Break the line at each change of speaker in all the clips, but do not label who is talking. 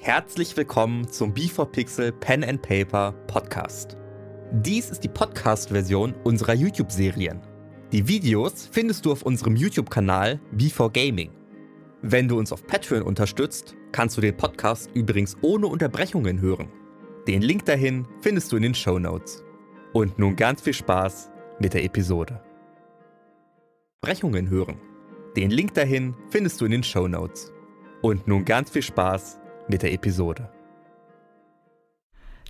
Herzlich willkommen zum B4Pixel Pen and Paper Podcast. Dies ist die Podcast-Version unserer YouTube-Serien. Die Videos findest du auf unserem YouTube-Kanal B4Gaming. Wenn du uns auf Patreon unterstützt, kannst du den Podcast übrigens ohne Unterbrechungen hören. Den Link dahin findest du in den Show Notes. Und nun ganz viel Spaß mit der Episode. Unterbrechungen hören. Den Link dahin findest du in den Show Notes. Und nun ganz viel Spaß mit der Episode.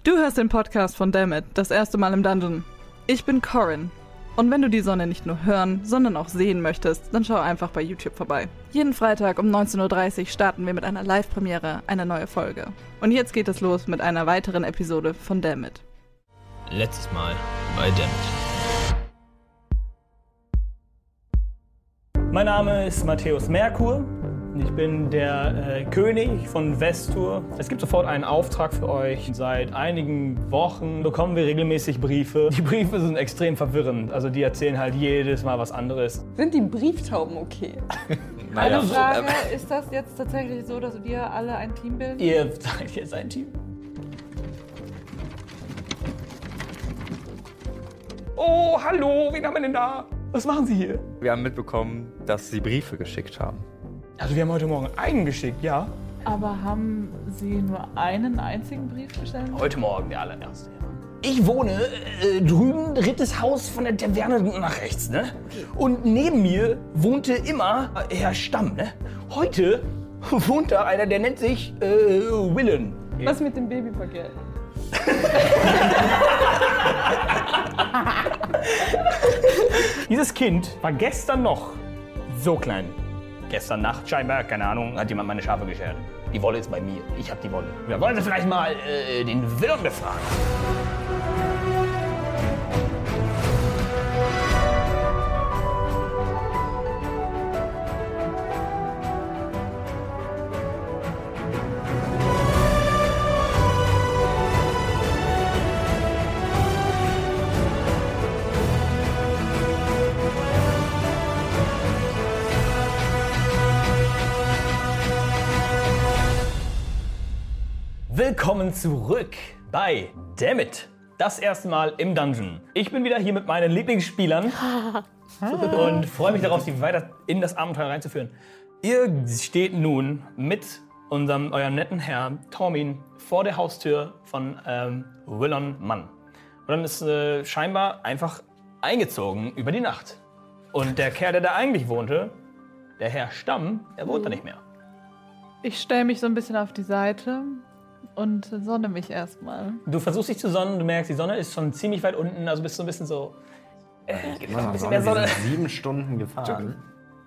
Du hörst den Podcast von Dammit, das erste Mal im Dungeon. Ich bin Corin. Und wenn du die Sonne nicht nur hören, sondern auch sehen möchtest, dann schau einfach bei YouTube vorbei. Jeden Freitag um 19.30 Uhr starten wir mit einer Live-Premiere eine neue Folge. Und jetzt geht es los mit einer weiteren Episode von Dammit.
Letztes Mal bei Damage.
Mein Name ist Matthäus Merkur. und Ich bin der äh, König von Vestur. Es gibt sofort einen Auftrag für euch. Seit einigen Wochen bekommen wir regelmäßig Briefe. Die Briefe sind extrem verwirrend. Also die erzählen halt jedes Mal was anderes.
Sind die Brieftauben okay?
Naja,
Eine Frage,
ähm,
ist das jetzt tatsächlich so, dass wir alle ein Team bilden?
Ihr seid jetzt ein Team. Oh, hallo, wen haben wir denn da? Was machen Sie hier?
Wir haben mitbekommen, dass sie Briefe geschickt haben.
Also wir haben heute Morgen einen geschickt, ja.
Aber haben Sie nur einen einzigen Brief gesendet?
Heute Morgen der allererste. ja. Ich wohne äh, drüben, drittes Haus von der Taverne nach rechts, ne? Und neben mir wohnte immer Herr Stamm, ne? Heute wohnt da einer, der nennt sich äh, Willen.
Was mit dem Babypaket?
Dieses Kind war gestern noch so klein. Gestern Nacht scheinbar, keine Ahnung, hat jemand meine Schafe geschert. Die Wolle ist bei mir. Ich hab die Wolle. Wir wollen vielleicht mal äh, den Willen befragen. Willkommen zurück bei Dammit. Das erste Mal im Dungeon. Ich bin wieder hier mit meinen Lieblingsspielern und freue mich darauf, sie weiter in das Abenteuer reinzuführen. Ihr steht nun mit unserem, eurem netten Herr Tormin vor der Haustür von ähm, Willon Mann. Und dann ist äh, scheinbar einfach eingezogen über die Nacht. Und der Kerl, der da eigentlich wohnte, der Herr Stamm, er wohnt da nicht mehr.
Ich stelle mich so ein bisschen auf die Seite und sonne mich erstmal.
Du versuchst dich zu sonnen, du merkst, die Sonne ist schon ziemlich weit unten, also bist du ein bisschen so.
Immer noch
mehr
Sonne.
Sonne.
Wir sind sieben Stunden gefahren.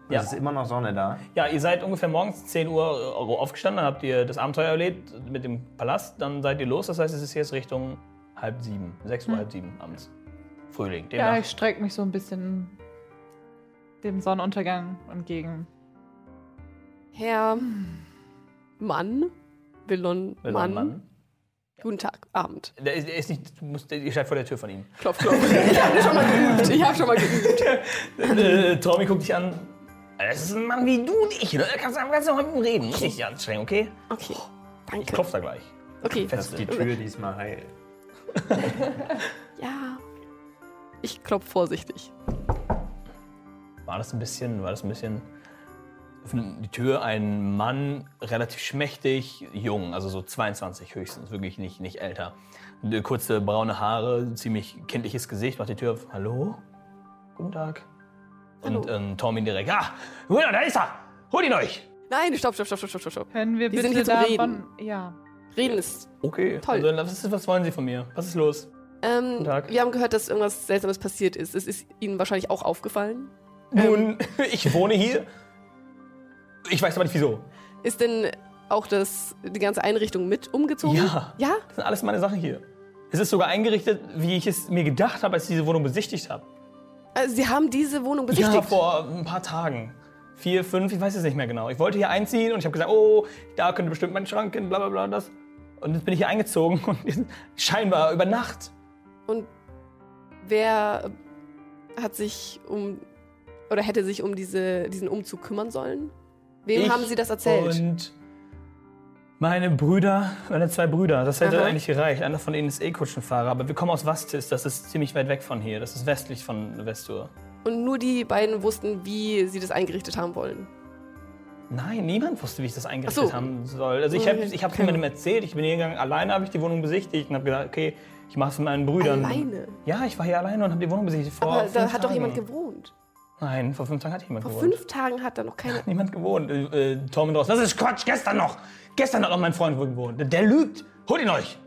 Und
Ja.
Es ist immer noch Sonne da.
Ja, ihr seid ungefähr morgens 10 Uhr äh, aufgestanden, dann habt ihr das Abenteuer erlebt mit dem Palast, dann seid ihr los, das heißt, es ist jetzt Richtung halb sieben, sechs Uhr, halb sieben abends. Frühling,
Ja,
demnach.
ich strecke mich so ein bisschen dem Sonnenuntergang entgegen.
Herr Mann, Willon
Willon
Mann.
Mann.
Guten Tag, Abend.
Der ist, der ist nicht, du musst, ihr seid vor der Tür von ihm.
Klopf, klopf. ich habe schon mal geübt. Ich habe schon mal geübt.
äh, Tommy guckt dich an. Das ist ein Mann wie du und ich, ne? Da kannst du am ganzen Tag mit ihm reden. Muss nicht anstrengen, okay?
Okay,
Ich
danke.
klopf da gleich.
Okay,
Dass die Tür diesmal heil.
ja. Ich klopf vorsichtig.
war das ein bisschen, war das ein bisschen öffnet die Tür ein Mann, relativ schmächtig, jung, also so 22 höchstens, wirklich nicht, nicht älter. Eine Kurze braune Haare, ziemlich kindliches Gesicht, macht die Tür auf. Hallo? Guten Tag.
Hallo.
Und ähm, Tormin direkt. Ah, Wilder, da ist er! Holt ihn euch!
Nein, stopp, stopp, stopp, stopp, stopp, stopp.
Können wir
Die
bitte
sind hier zum
davon. Ja.
Reden ist.
Okay.
Toll.
Also, was, ist, was wollen Sie von mir? Was ist los?
Ähm,
Tag.
wir haben gehört, dass irgendwas Seltsames passiert ist. Es ist Ihnen wahrscheinlich auch aufgefallen.
Nun, ich wohne hier. Ich weiß aber nicht wieso.
Ist denn auch das, die ganze Einrichtung mit umgezogen?
Ja.
Ja?
Das sind alles meine Sachen hier. Es ist sogar eingerichtet, wie ich es mir gedacht habe, als ich diese Wohnung besichtigt habe.
Also, Sie haben diese Wohnung besichtigt.
Ja, vor ein paar Tagen. Vier, fünf, ich weiß es nicht mehr genau. Ich wollte hier einziehen und ich habe gesagt, oh, da könnte bestimmt mein Schrank hin, bla bla bla das. Und jetzt bin ich hier eingezogen und jetzt- scheinbar über Nacht.
Und wer hat sich um oder hätte sich um diese, diesen Umzug kümmern sollen? Wem
Ich
haben Sie das erzählt?
Und Meine Brüder, meine zwei Brüder, das hätte
Aha.
eigentlich gereicht. Einer von ihnen ist eh Kutschenfahrer, aber wir kommen aus Vastis, das ist ziemlich weit weg von hier. Das ist westlich von Vestur.
Und nur die beiden wussten, wie sie das eingerichtet haben wollen.
Nein, niemand wusste, wie ich das eingerichtet
Ach so. Hm,
haben soll. Also ich habe
Okay.
ich hab's niemandem erzählt, ich bin hingegangen, alleine habe ich die Wohnung besichtigt und habe gedacht, okay, ich mache es mit meinen Brüdern.
Alleine.
Ja, ich war hier alleine und habe die Wohnung besichtigt. Vor
Aber da
fünf
hat doch
Tagen.
jemand gewohnt.
Nein, vor fünf Tagen hat jemand
Vor
gewohnt.
fünf Tagen hat da noch keiner.
Niemand gewohnt. Äh, äh, Tormund raus. Das ist Quatsch, gestern noch. Gestern hat noch mein Freund gewohnt. Der, der lügt. Holt ihn euch.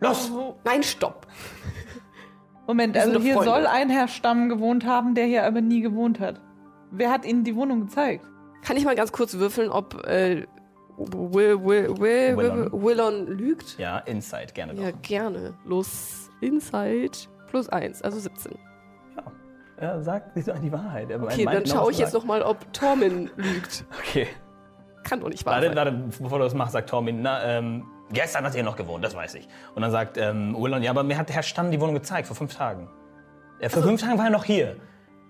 Los.
Nein, stopp.
Moment,
Wir sind
also
doch
hier
Freunde.
soll ein Herr Stamm gewohnt haben, der hier aber nie gewohnt hat. Wer hat Ihnen die Wohnung gezeigt?
Kann ich mal ganz kurz würfeln, ob äh, Will, Will, Will, Will,
Willon.
Willon lügt?
Ja, Inside, gerne
Ja,
doch.
gerne. Los, Inside plus eins, also 17.
Ja, sagt nicht die Wahrheit. Aber
Okay, dann schaue ich jetzt nochmal, ob Tormin lügt.
Okay.
Kann doch nicht wahr
Warte,
sein.
warte, bevor du das machst, sagt Tormin, na, ähm, gestern hat ihr noch gewohnt, das weiß ich. Und dann sagt ähm, Willon, ja, aber mir hat der Herr Stamm die Wohnung gezeigt, vor fünf Tagen. Ja, vor fünf Tagen war er noch hier.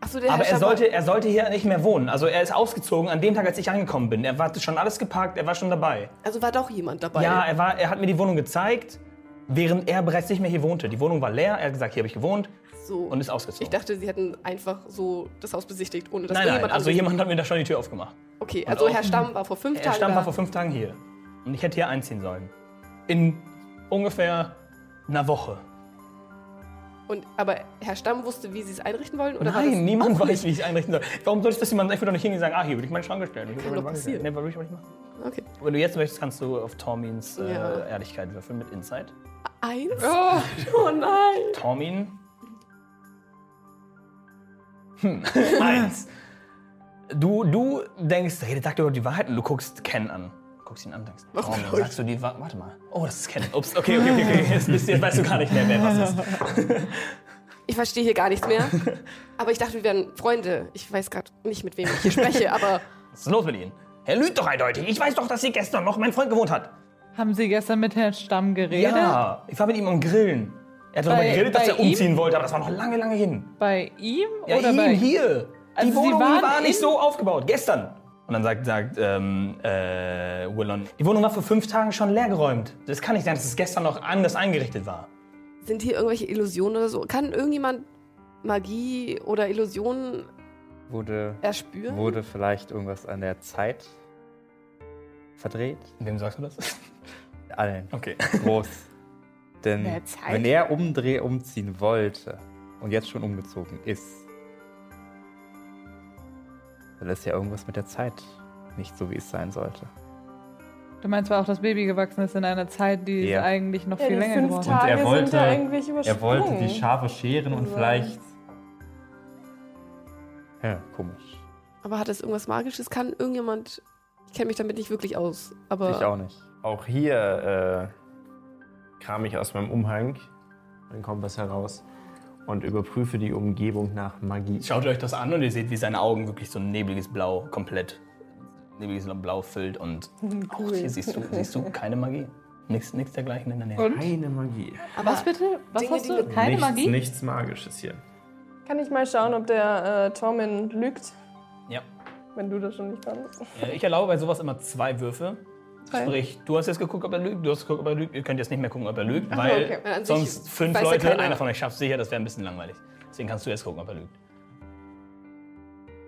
Achso, der
Aber
Äh, Herr
er
Schaber-
sollte, er sollte hier nicht mehr wohnen. Also er ist ausgezogen an dem Tag, als ich angekommen bin. Er war schon alles geparkt, er war schon dabei.
Also war doch jemand dabei.
Ja, er, war, er hat mir die Wohnung gezeigt, während er bereits nicht mehr hier wohnte. Die Wohnung war leer, er hat gesagt, hier habe ich gewohnt
so.
und ist ausgezogen.
ich dachte, sie hätten einfach so das Haus besichtigt, ohne dass
nein, nein,
jemand
also
anderes-
jemand hat mir da schon die Tür aufgemacht.
Okay, also
auch-
Herr Stamm war vor fünf
Er
Tagen
stand
da.
mal vor fünf Tagen hier. Und ich hätte hier einziehen sollen. In ungefähr einer Woche.
und, aber Herr Stamm wusste, wie sie es einrichten wollen? Oder war das
Nein, niemand
auch
weiß, wie ich es einrichten soll. Warum sollte ich das jemand? Ich würde doch nicht hingehen und sagen, ah, hier würde ich meinen Schrank stellen. Ich würde
Kann
meine
doch
Bank stellen.
passieren.
Nee, würde ich aber nicht machen.
Okay.
Wenn du jetzt möchtest, kannst du auf Tormins äh,
Ja.
Ehrlichkeit würfeln mit Insight.
Eins? Oh, nein.
Tormin. Hm, eins. Du, du denkst, hey, der sagt überhaupt die Wahrheit und du guckst Ken an. Guckst ihn an und denkst, Tormin, sagst du die Wahrheit? Warte mal. Oh, das ist Ken. Ups, okay, okay, okay. okay. Jetzt, bist, du- jetzt weißt du gar nicht mehr, wer was ist.
Ich verstehe hier gar nichts mehr. aber ich dachte, wir wären Freunde. Ich weiß gerade nicht, mit wem ich hier spreche, aber
Was ist los mit Ihnen? Er lügt doch eindeutig. Ich weiß doch, dass sie gestern noch mein Freund gewohnt hat.
Haben Sie gestern mit Herrn Stamm geredet?
Ja, ich war mit ihm am Grillen. Er hat darüber
Bei-
geredet, dass
bei
er umziehen
ihm?
wollte, aber das war noch lange, lange hin.
Bei ihm
Ja,
oder
ihn
bei
hier.
Also
die
sie
Wohnung
waren
war nicht
in-
so aufgebaut. Gestern. Und dann sagt, sagt ähm, äh, Willon, die Wohnung war vor fünf Tagen schon leergeräumt. Das kann nicht sein, dass es gestern noch anders eingerichtet war.
sind hier irgendwelche Illusionen oder so? Kann irgendjemand Magie oder Illusionen
Wurde,
erspüren?
wurde vielleicht irgendwas an der Zeit verdreht?
Wem sagst du das?
Allen.
Okay.
Groß. Denn
der Zeit?
wenn er umdreh umziehen wollte und jetzt schon umgezogen ist, dann ist ja irgendwas mit der Zeit nicht so, wie es sein sollte.
Du meinst zwar auch, dass Baby gewachsen ist in einer Zeit, die
Ja.
ist eigentlich noch
Ja,
viel
die
länger
fünf
geworden.
Tage
er wollte-
sind da eigentlich übersprungen.
Er wollte die Schafe scheren und
Ja.
vielleicht.
Ja, komisch.
Aber hat das irgendwas Magisches? Kann irgendjemand. Ich kenne mich damit nicht wirklich aus, aber.
Ich auch nicht.
Auch hier äh, kram ich aus meinem Umhang meinen Kompass heraus und überprüfe die Umgebung nach Magie.
Schaut euch das an und ihr seht, wie seine Augen wirklich so ein nebliges Blau komplett nebliges Blau füllt und auch hier siehst du, siehst du keine Magie. Nichts, nichts dergleichen in der Nähe.
Keine Magie.
Was bitte? Was
Dinge,
hast
die
du?
wir-
Keine
nichts,
Magie?
Nichts Magisches hier.
Kann ich mal schauen, ob der äh, Tormin lügt,
Ja.
wenn du das schon nicht kannst?
Äh, Ich erlaube bei sowas immer zwei Würfe. Sprich, du hast jetzt geguckt, ob er lügt, du hast geguckt, ob er lügt. Ihr könnt jetzt nicht mehr gucken, ob er lügt, weil
okay.
An sich
sonst fünf
weiß ja
Leute,
keiner.
einer von euch schafft sicher, das wäre ein bisschen langweilig. Deswegen kannst du jetzt gucken, ob er lügt.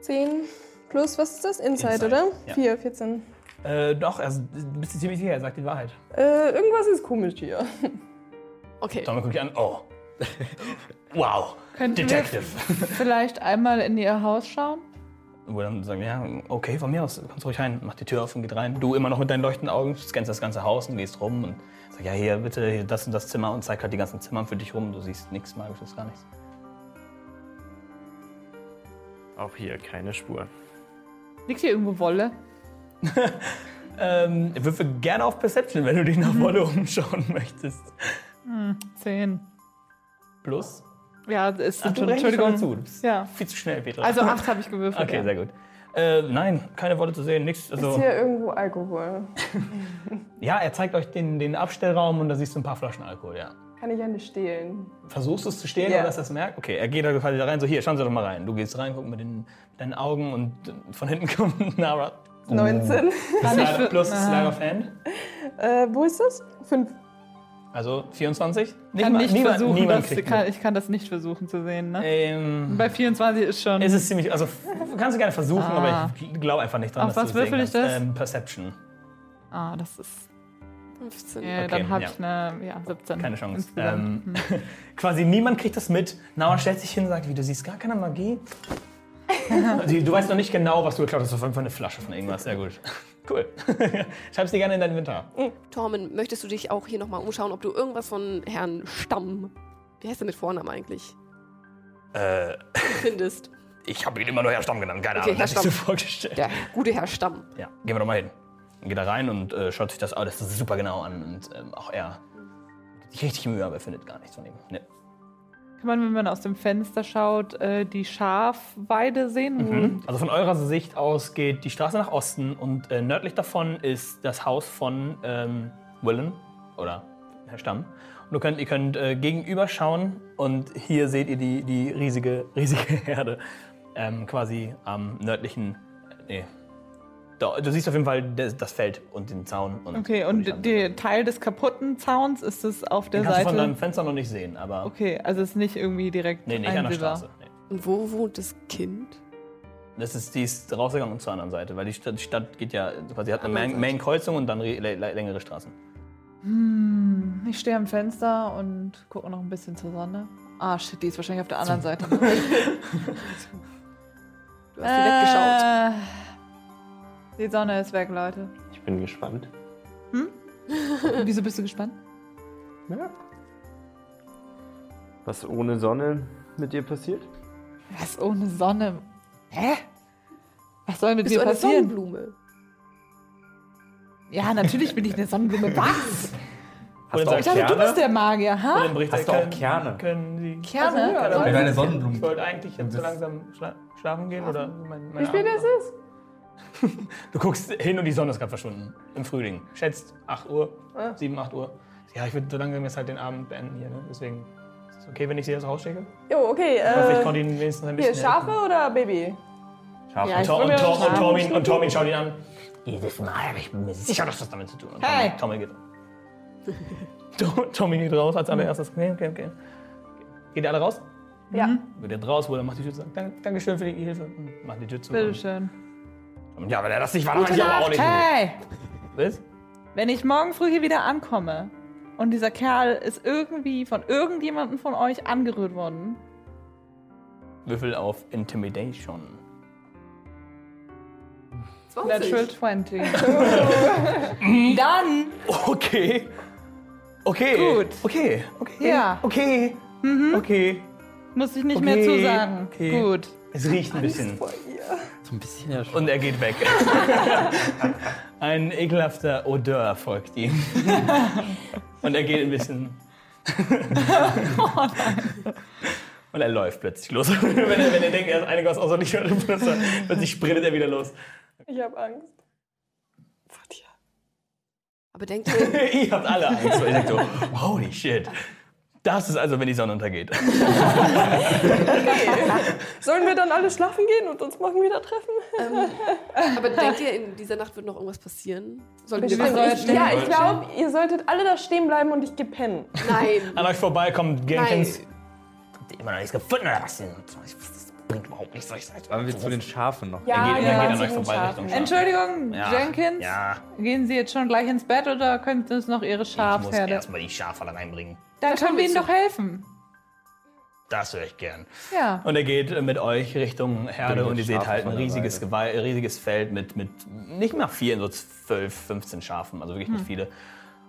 10 plus, was ist das?
Inside,
Inside, oder?
ja.
4, 14.
Äh, doch, also, du bist dir ziemlich sicher, er sagt die Wahrheit.
Äh, irgendwas ist komisch hier.
Okay.
Tommy guckt dich an, oh. Wow,
Könnten
Detective.
wir vielleicht einmal in ihr Haus schauen?
Wo dann sagen, ja, okay, von mir aus, kannst ruhig rein, mach die Tür auf und geht rein. Du immer noch mit deinen leuchtenden Augen, scannst das ganze Haus und gehst rum und sag, ja, hier, bitte, hier, das und das Zimmer und zeig halt die ganzen Zimmer für dich rum. Du siehst nichts Magisches, gar nichts.
Auch hier keine Spur.
Liegt hier irgendwo Wolle?
Ähm, würfe gerne auf Perception, wenn du dich
Mhm.
nach Wolle umschauen möchtest.
Zehn.
Plus?
Ja, es
Ach,
sind
du
schon,
rechnest
Entschuldigung.
schon mal zu. Du bist
Ja.
Viel zu schnell, Petra.
Also acht habe ich gewürfelt.
okay,
ja.
sehr gut. Äh, nein, keine Wolle zu sehen, nichts.
Ist
Also,
hier irgendwo Alkohol?
ja, er zeigt euch den, den Abstellraum und da siehst du ein paar Flaschen Alkohol, ja.
Kann ich eine stehlen?
Versuchst du es zu stehlen,
Ja.
oder dass er es merkt? Okay, er geht da quasi da rein, so hier, schauen Sie doch mal rein. Du gehst rein, guck mit, den, mit deinen Augen und äh, von hinten kommt Nara
Oh.
19.
Sleight- Plus
Ah.
Slide of Hand.
Äh, wo ist das? 5.
Also 24?
kann
mal-
nicht
niemand,
versuchen,
niemand
das,
kriegt
kann,
mit.
ich kann das nicht versuchen zu sehen. Ne?
ähm,
Bei 24 ist schon.
es ist ziemlich, also f- kannst du gerne versuchen,
Ah.
aber ich glaube einfach nicht dran,
Auf
dass
was
du es sehen
würfel ich
kannst.
das?
Ähm, Perception.
ah, das ist.
15.
Äh,
Okay,
dann habe
ja.
ich eine ja, 17.
Keine Chance.
insgesamt.
Ähm, quasi niemand kriegt das mit. Nawa stellt sich hin und sagt, wie, du siehst gar keine Magie? du, du weißt noch nicht genau, was du geklaut hast. Das war einfach eine Flasche von irgendwas. Sehr gut. Cool. Schreib's dir gerne in dein Inventar.
Tormen, möchtest du dich auch hier nochmal umschauen, ob du irgendwas von Herrn Stamm, wie heißt er mit Vornamen eigentlich,
Äh,
findest?
ich habe ihn immer nur Herr Stamm genannt. Keine
Okay,
Ahnung.
Herr
Hat sich so
Stamm.
vorgestellt.
Der gute Herr Stamm.
Ja, gehen wir doch mal hin. Geht da rein und äh, schaut sich das alles super genau an. Und ähm, auch er gibt sich richtig Mühe, aber er findet gar nichts von ihm. Nee.
Kann man, wenn man aus dem Fenster schaut, äh, die Schafweide sehen? wo-
Also von eurer Sicht aus geht die Straße nach Osten und äh, nördlich davon ist das Haus von ähm, Willen oder Herr Stamm. Und du könnt, ihr könnt äh, gegenüber schauen und hier seht ihr die, die riesige, riesige Herde ähm, quasi am nördlichen. Äh, nee. Da, du siehst auf jeden Fall das, das Feld und den Zaun. Und
Okay,
wo die
und
Schafe sind.
der Teil des kaputten Zauns ist es auf der
Den kannst du von
Seite.
deinem Fenster noch nicht sehen, aber.
Okay, also es ist nicht irgendwie direkt
Nee, nicht an der
einsehbar.
Straße. Nee.
Und wo wohnt das Kind?
Das ist, die ist rausgegangen und zur anderen Seite, weil die Stadt, die Stadt geht ja, quasi hat eine
Andere Seite.
Main- Main-Kreuzung und dann re- le- le- längere Straßen.
Hm, ich stehe am Fenster und gucke noch ein bisschen zur Sonne. Ah, shit, die ist wahrscheinlich auf der anderen Seite. Du
Du hast hier weggeschaut.
Äh, Die Sonne ist weg, Leute.
Ich bin gespannt.
Äh.
Wieso bist du gespannt?
Was ohne Sonne mit dir passiert?
Was ohne Sonne? Hä? Was soll mit
Bist
dir
du eine
passieren?
Sonnenblume?
ja, natürlich bin ich eine Sonnenblume. Was?
Hast
Oder
du auch
sagt-
Ich dachte, du
Kerne?
bist der Magier, ha?
Dann bricht
Hast du
er-
auch Kerne?
Können Sie
Kerne?
Also,
Und deine
ich
Sonnenblumen.
wollte eigentlich jetzt so langsam schla schlafen gehen oder mein, meine
Wie spät
Abend-
es ist?
Du guckst hin und die Sonne ist gerade verschwunden. Im Frühling. Schätzt 8 Uhr,
Ah.
7, 8 Uhr. Ja, ich würde so langsam jetzt halt den Abend beenden hier, ne? Deswegen ist es okay, wenn ich sie jetzt rausschicke.
Jo, okay.
Ich hoffe, ich
Äh,
konnte ihnen wenigstens ein bisschen.
hier, Schafe oder Baby?
Schafe.
helfen.
ich
Und,
will mir
Tor,
was
und, Tormin, und Tormin schaut ihn an. Jedes Mal habe ich mir sicher, dass das damit zu tun hat.
Hey!
Tormin- Tormin geht. Tor- Tormin geht raus als allererstes. Okay, okay, okay. Geht ihr alle raus? Mhm.
Ja.
Wird er raus, wo er macht die Tür zu. Dank, Dankeschön für die Hilfe. Und Macht die Tür zu.
Bitteschön.
Und ja, wenn er das nicht war, dann weiß ich aber auch nicht.
Hey!
Was?
Wenn ich morgen früh hier wieder ankomme und dieser Kerl ist irgendwie von irgendjemandem von euch angerührt worden,
Würfel auf Intimidation.
20.
Natural 20. Dann,
Okay. Okay.
Gut.
Okay. Okay.
Ja.
Okay.
Mhm.
Okay.
muss ich nicht
Okay,
mehr zusagen.
okay.
Gut.
Es riecht ein bisschen.
So ein bisschen ja schon.
Und er geht weg. ein ekelhafter Odeur folgt ihm. Und er geht ein bisschen. Und er läuft plötzlich los. wenn, er, wenn er denkt, er ist einiges außer nicht plötzlich sprintet er wieder los.
Ich habe Angst.
Aber denkt ihr,
Ihr habt alle Angst. Weil ihr denkt so, holy shit. Das ist also, wenn die Sonne untergeht.
Sollen wir dann alle schlafen gehen und uns morgen wieder treffen?
aber denkt ihr, in dieser Nacht wird noch irgendwas passieren? Sollten wir
Bestimmt.
wach
Ich, ja, ich glaube, ihr solltet alle da stehen bleiben und ich geh pennen.
Nein.
An euch vorbei kommt
Nein.
Jenkins. Habt ihr immer noch nichts gefunden oder was? denn? Das bringt überhaupt nichts. soll ich sagen?
Waren wir zu den Schafen noch?
Ja,
geht- er
ja,
geht an
zu
euch
den
vorbei
Schafen.
Richtung Schafen.
Entschuldigung,
Ja,
Jenkins.
Ja,
Gehen Sie jetzt schon gleich ins Bett oder könnten uns noch Ihre
ich muss
Schafherde?
erstmal die Schafe da reinbringen.
Da können wir Ihnen doch helfen.
Das höre ich gern.
Ja.
Und er geht mit euch Richtung Herde
Bringt
und ihr
die
seht
Schafe
halt ein
von der
riesiges, Gewei- äh, riesiges Feld mit, mit nicht mal vielen, so 12, 15 Schafen, also wirklich nicht viele.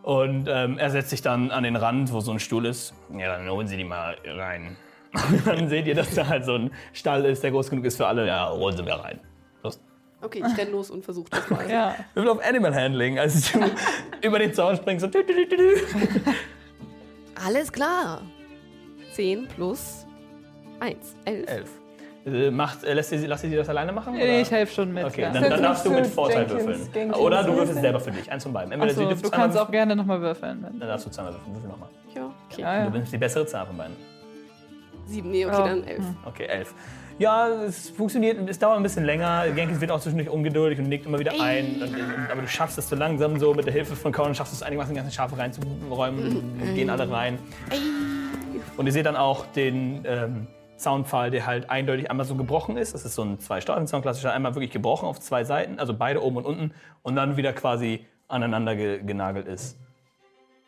Und ähm, er setzt sich dann an den Rand, wo so ein Stuhl ist. Ja, dann holen Sie die mal rein. Und dann seht ihr, dass da halt so ein Stall ist, der groß genug ist für alle. Ja, holen Sie mal rein. Los.
Okay, ich renn los und versuch das mal.
Ja.
Würfel auf Animal Handling, als du über den Zaun springst und. tü- tü- tü- tü- tü.
Alles klar. 10 plus 1, 11.
Elf. Äh, Macht, äh, lässt ihr, sie- lasst ihr sie das alleine machen? Oder?
Ich helfe schon mit.
Okay,
ja.
dann, dann darfst du mit
Für
Vorteil
Jenkins,
würfeln.
Jenkins
Oder du
würfeln.
würfelst selber für dich. Eins von beiden. Entweder
Achso,
dürftest
Also, du kannst
einmal-
auch gerne nochmal würfeln. wenn-
Dann darfst du zweimal würfeln. Würfel nochmal.
Ja, okay.
Ja,
Du
ja.
nimmst die bessere Zahl von beiden.
7, nee, okay,
Ja.
dann 11.
Okay, elf. ja, es funktioniert, es dauert ein bisschen länger. Jenkins wird auch zwischendurch ungeduldig und nickt immer wieder ein. Und, aber du schaffst es so langsam so mit der Hilfe von Conan, schaffst du es einigermaßen, die ganzen Schafe reinzuräumen. Und gehen alle rein. Und ihr seht dann auch den ähm, Soundfall, der halt eindeutig einmal so gebrochen ist. Das ist so ein zwei staaten sound klassischer einmal wirklich gebrochen auf zwei Seiten, also beide oben und unten. Und dann wieder quasi aneinander ge genagelt ist.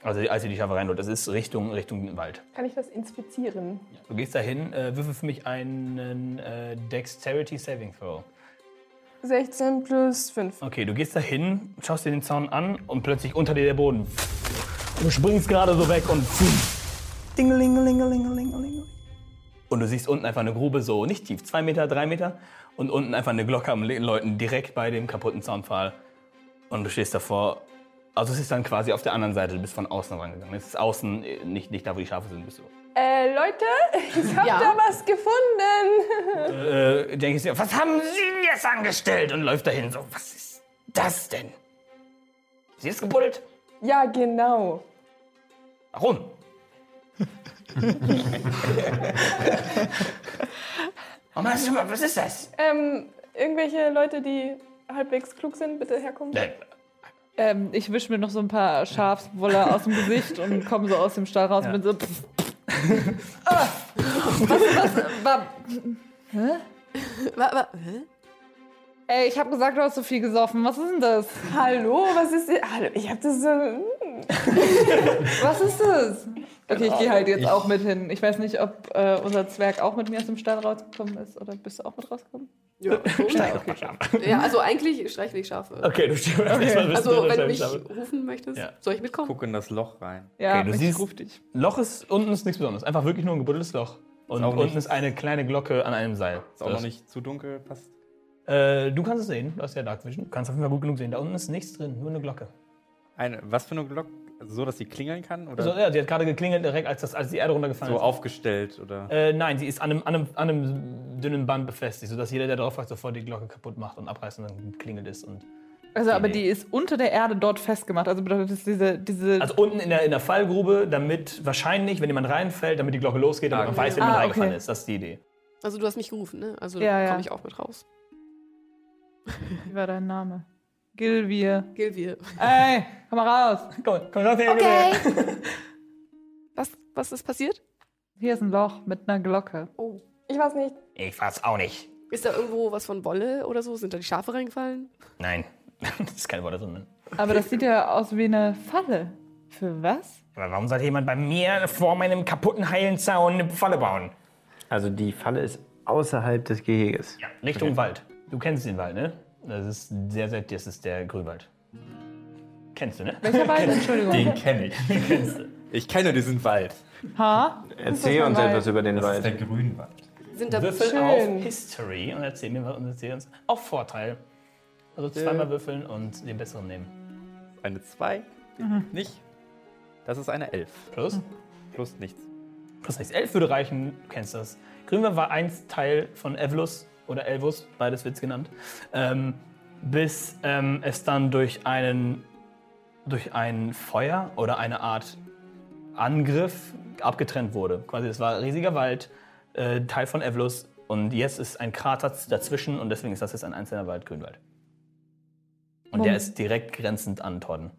Also als ihr die Schafe reinholt, das ist Richtung, Richtung Wald.
Kann ich das inspizieren?
Du gehst dahin, äh, würfel für mich einen äh, Dexterity Saving Throw.
16 plus 5.
Okay, du gehst dahin, schaust dir den Zaun an und plötzlich unter dir der Boden. Du springst gerade so weg und Dingelingelingelingelingelingeling. Und du siehst unten einfach eine Grube so nicht tief, zwei Meter, drei Meter und unten einfach eine Glocke am Le- Läuten direkt bei dem kaputten Zaunpfahl. Und du stehst davor. Also es ist dann quasi auf der anderen Seite, du bist von außen rangegangen. Es ist außen, äh, nicht, nicht da, wo die Schafe sind, bist du.
Äh, Leute, ich hab da was gefunden.
Äh, Jenkins, was haben Sie denn jetzt angestellt? Und läuft dahin so, was ist das denn? Sie ist gebuddelt.
ja, genau.
Warum? oh Mann, sag mal, was ist das?
Ähm, irgendwelche Leute, die halbwegs klug sind, bitte herkommen.
Äh,
Ähm, ich wische mir noch so ein paar Schafswolle aus dem Gesicht und komme so aus dem Stall raus und bin so. Pff, pff. Ah, was, was, war,
Wa- wa- hä?
ey, ich habe gesagt, du hast so viel gesoffen. Was ist denn das?
Hallo, was ist denn? Hallo, ich hab das so. hm.
Was ist das? Okay, ich gehe halt jetzt auch mit hin. Ich weiß nicht, ob äh, unser Zwerg auch mit mir aus dem Stall rausgekommen ist oder bist du auch mit rausgekommen?
Ja, schon.
Steig doch mal Schafe.
ja, also eigentlich streiche ich Schafe.
Okay, du stehst erstmal ein bisschen
Also,
drunter,
wenn du
Schafe,
mich
Schafe.
rufen möchtest,
Ja.
soll ich mitkommen?
Guck in das Loch rein.
Ja,
Okay, du
ich
siehst-
ruf Ah, dich.
Loch ist unten ist nichts Besonderes. Einfach wirklich nur ein gebuddeltes Loch. Und
auch
unten
nicht-
ist eine kleine Glocke an einem Seil.
Ist auch noch nicht zu dunkel, passt.
Äh, du kannst es sehen. Du hast ja Dark Vision. Du kannst auf jeden Fall gut genug sehen. Da unten ist nichts drin, nur eine Glocke.
Eine, was für eine Glocke? So, dass sie klingeln kann? Oder
Also,
so,
ja, die hat gerade geklingelt, direkt als, das, als die Erde runtergefallen ist.
aufgestellt? Oder?
Äh, nein, sie ist an einem, an, einem, an einem dünnen Band befestigt, sodass jeder, der drauf hat, sofort die Glocke kaputt macht und abreißt und dann klingelt es. Und
Also, aber die ist unter der Erde dort festgemacht. Also bedeutet das diese, diese.
also unten in der, in der Fallgrube, damit wahrscheinlich, wenn jemand reinfällt, damit die Glocke losgeht, damit
Ah,
man
okay.
weiß, wie man
Ah,
reingefallen
okay.
ist. Das ist die Idee.
Also du hast mich gerufen, ne? Also
Ja, ja.
komme ich auch mit raus.
Wie war dein Name? Gilvir.
Gilvir.
Ey, komm mal raus.
Komm, komm raus hier,
Was, was ist passiert?
Hier ist ein Loch mit einer Glocke.
Oh.
Ich weiß nicht.
Ich weiß auch nicht.
Ist da irgendwo was von Wolle oder so? Sind da die Schafe reingefallen?
Nein, das ist keine Worte drin. ne?
Aber das sieht ja aus wie eine Falle. Für was?
Aber warum sollte jemand bei mir vor meinem kaputten, heilen Zaun eine Falle bauen?
Also die Falle ist außerhalb des Geheges.
Ja, Richtung Wald. Du kennst den Wald, ne? Das ist sehr, sehr, das ist der Grünwald. Kennst du, ne?
Welcher Wald? Entschuldigung.
Den kenne ich. Ich kenne diesen Wald.
Ha?
Erzähl uns etwas über den Wald.
Grünwald.
Sind da
Würfel
Schön.
auf History und erzähl mir was und erzähl uns auf Vorteil. Also zweimal würfeln und den besseren nehmen.
Eine 2. Nicht. Das ist eine 11.
Plus?
Plus nichts.
Plus nichts. Elf würde reichen, du kennst das. Grünwald war einst Teil von Evelus oder Elvus, beides wird's genannt. Ähm, bis ähm, es dann durch einen durch ein Feuer oder eine Art Angriff abgetrennt wurde. Quasi, es war ein riesiger Wald, äh, Teil von Evelus. Und jetzt ist ein Krater z- dazwischen und deswegen ist das jetzt ein einzelner Wald, Grünwald. Und der
Moment.
ist direkt grenzend an Torden.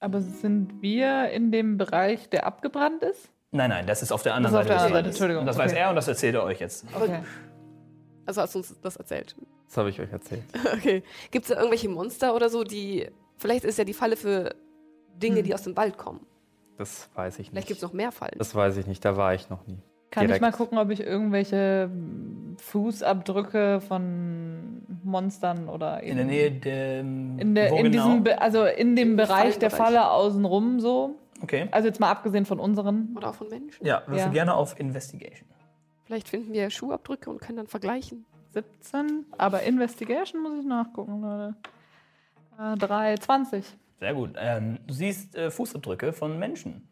Aber sind wir in dem Bereich, der abgebrannt ist?
Nein, nein, das ist auf der anderen
Das ist
Seite.
auf der
des
anderen Seite,
Waldes.
Entschuldigung.
Und das weiß
Okay.
er und das erzählt er euch jetzt.
Okay.
Also hast du uns das erzählt.
Das habe ich euch erzählt.
Okay. Gibt es da irgendwelche Monster oder so, die. Vielleicht ist ja die Falle für Dinge, die aus dem Wald kommen.
Das weiß ich
Vielleicht
nicht.
gibt es noch mehr Fallen.
Das weiß ich nicht, da war ich noch nie.
Kann
Direkt.
ich mal gucken, ob ich irgendwelche mm, Fußabdrücke von Monstern oder
In der
eben-
Nähe genau? der. In,
In, der, in diesem, Be- also in dem
Im
Bereich der
Fallenbereich.
Falle außenrum so.
Okay.
Also jetzt mal abgesehen von unseren.
Oder auch von Menschen.
Ja, würfel
Ja.
gerne auf Investigation.
Vielleicht finden wir Schuhabdrücke und können dann vergleichen.
17. Aber Investigation muss ich nachgucken, Leute. Äh, 3, 20.
Sehr gut. Ähm, du siehst äh, Fußabdrücke von Menschen.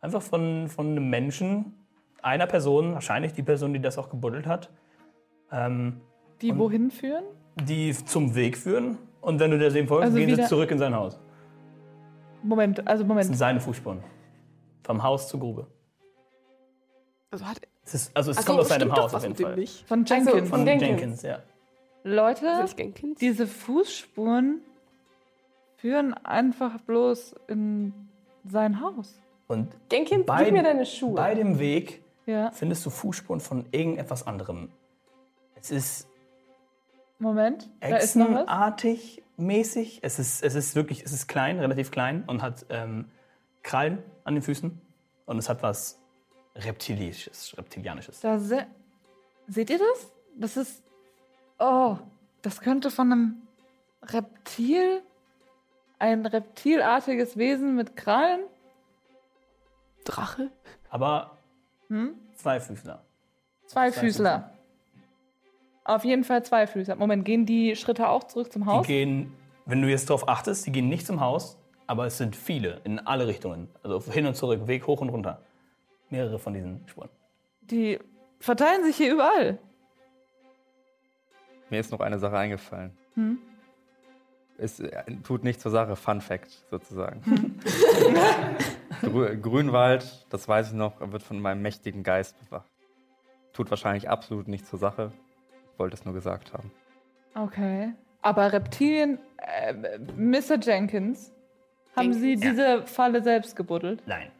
Einfach von, von einem Menschen, einer Person, wahrscheinlich die Person, die das auch gebuddelt hat, ähm,
Die wohin führen?
die zum Weg führen. Und wenn du der sehen folgst,
Also
gehen sie
wieder-
zurück in sein Haus.
Moment, also
Das sind
Moment.
seine Fußspuren. Vom Haus zur Grube.
Also hat
Es ist, also es
Ach so,
kommt aus
stimmt
seinem
doch
Haus
was
auf jeden
mit dem
Fall.
nicht.
Von Jenkins.
von
Von
Jenkins.
Jenkins. ja.
Leute,
Sind Jenkins?
diese Fußspuren führen einfach bloß in sein Haus.
Und
Jenkins,
Bei-
gib mir deine Schuhe.
bei dem Weg
Ja,
findest du Fußspuren von irgendetwas anderem. Es ist
Moment, da ist noch was.
Echsenartig mäßig. Es ist, es ist wirklich, es ist klein, relativ klein und hat ähm, Krallen an den Füßen. Und es hat was Reptilisches, Reptilianisches.
Da se Seht ihr das? Das ist. Oh, das könnte von einem Reptil. Ein reptilartiges Wesen mit Krallen.
Drache?
Aber
Hm?
Zweifüßler.
Zweifüßler. Auf jeden Fall Zweifüßler. Moment, gehen die Schritte auch zurück zum
Die
Haus?
gehen, wenn du jetzt drauf achtest, die gehen nicht zum Haus, aber es sind viele in alle Richtungen. Also hin und zurück, Weg hoch und runter. Mehrere von diesen Spuren.
Die verteilen sich hier überall.
Mir ist noch eine Sache eingefallen.
Hm?
Es äh, tut nichts zur Sache, Fun Fact sozusagen.
Hm.
Grü Grünwald, das weiß ich noch, wird von meinem mächtigen Geist bewacht. Tut wahrscheinlich absolut nichts zur Sache. Ich wollte es nur gesagt haben.
Okay. Aber Reptilien, äh, Mr. Jenkins, haben
Jenkins.
Sie diese Falle selbst gebuddelt?
Nein.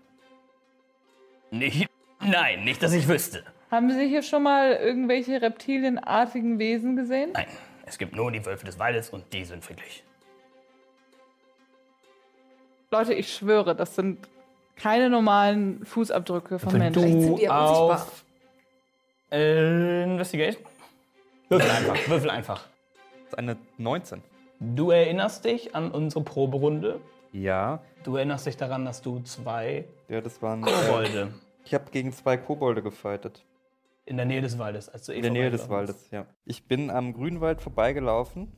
Nicht, nein, nicht, dass ich wüsste.
Haben Sie hier schon mal irgendwelche reptilienartigen Wesen gesehen?
Nein, es gibt nur die Wölfe des Waldes und die sind friedlich.
Leute, ich schwöre, das sind keine normalen Fußabdrücke von Menschen.
Vielleicht sind die ja unsichtbar.
Äh, Investigation? Würfel einfach, würfel einfach.
Das ist eine 19.
Du erinnerst dich an unsere Proberunde.
Ja.
Du erinnerst dich daran, dass du zwei
Ja, das waren. Äh,
Kobolde
ich habe gegen zwei Kobolde gefightet.
in der Nähe des Waldes, als du eh
In der Nähe des
vorbeigelaufen
Waldes, ja. Ich bin am Grünwald vorbeigelaufen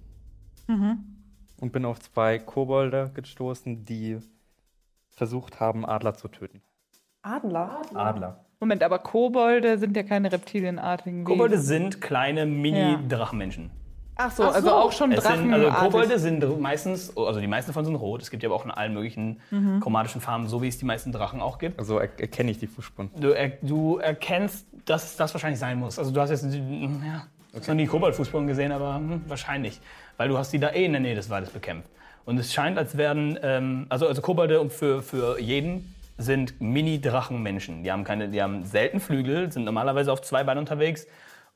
Mhm. und bin auf zwei Kobolde gestoßen, die versucht haben, Adler zu töten.
Adler.
Adler.
Moment, aber Kobolde sind ja keine reptilienartigen
bist.
Wesen.
Kobolde sind kleine
Ja.
Mini-Drachenmenschen.
Ach so,
Ach
also
so.
auch schon
Es sind, also
Drachenartig.
Kobolde sind meistens, also die meisten davon sind rot. Es gibt ja aber auch in allen möglichen chromatischen Farben, so wie es die meisten Drachen auch gibt.
Also er erkenne ich die Fußspuren.
Du, er, du erkennst, dass es das wahrscheinlich sein muss. Also du hast jetzt mm, ja, du hast noch nie Koboldfußspuren gesehen, aber hm, wahrscheinlich. Weil du hast die da eh in der Nähe des Waldes bekämpft. Und es scheint, als wären, ähm, also, also Kobolde und für, für jeden sind Mini-Drachenmenschen. Die haben, keine, die haben selten Flügel, sind normalerweise auf zwei Beinen unterwegs,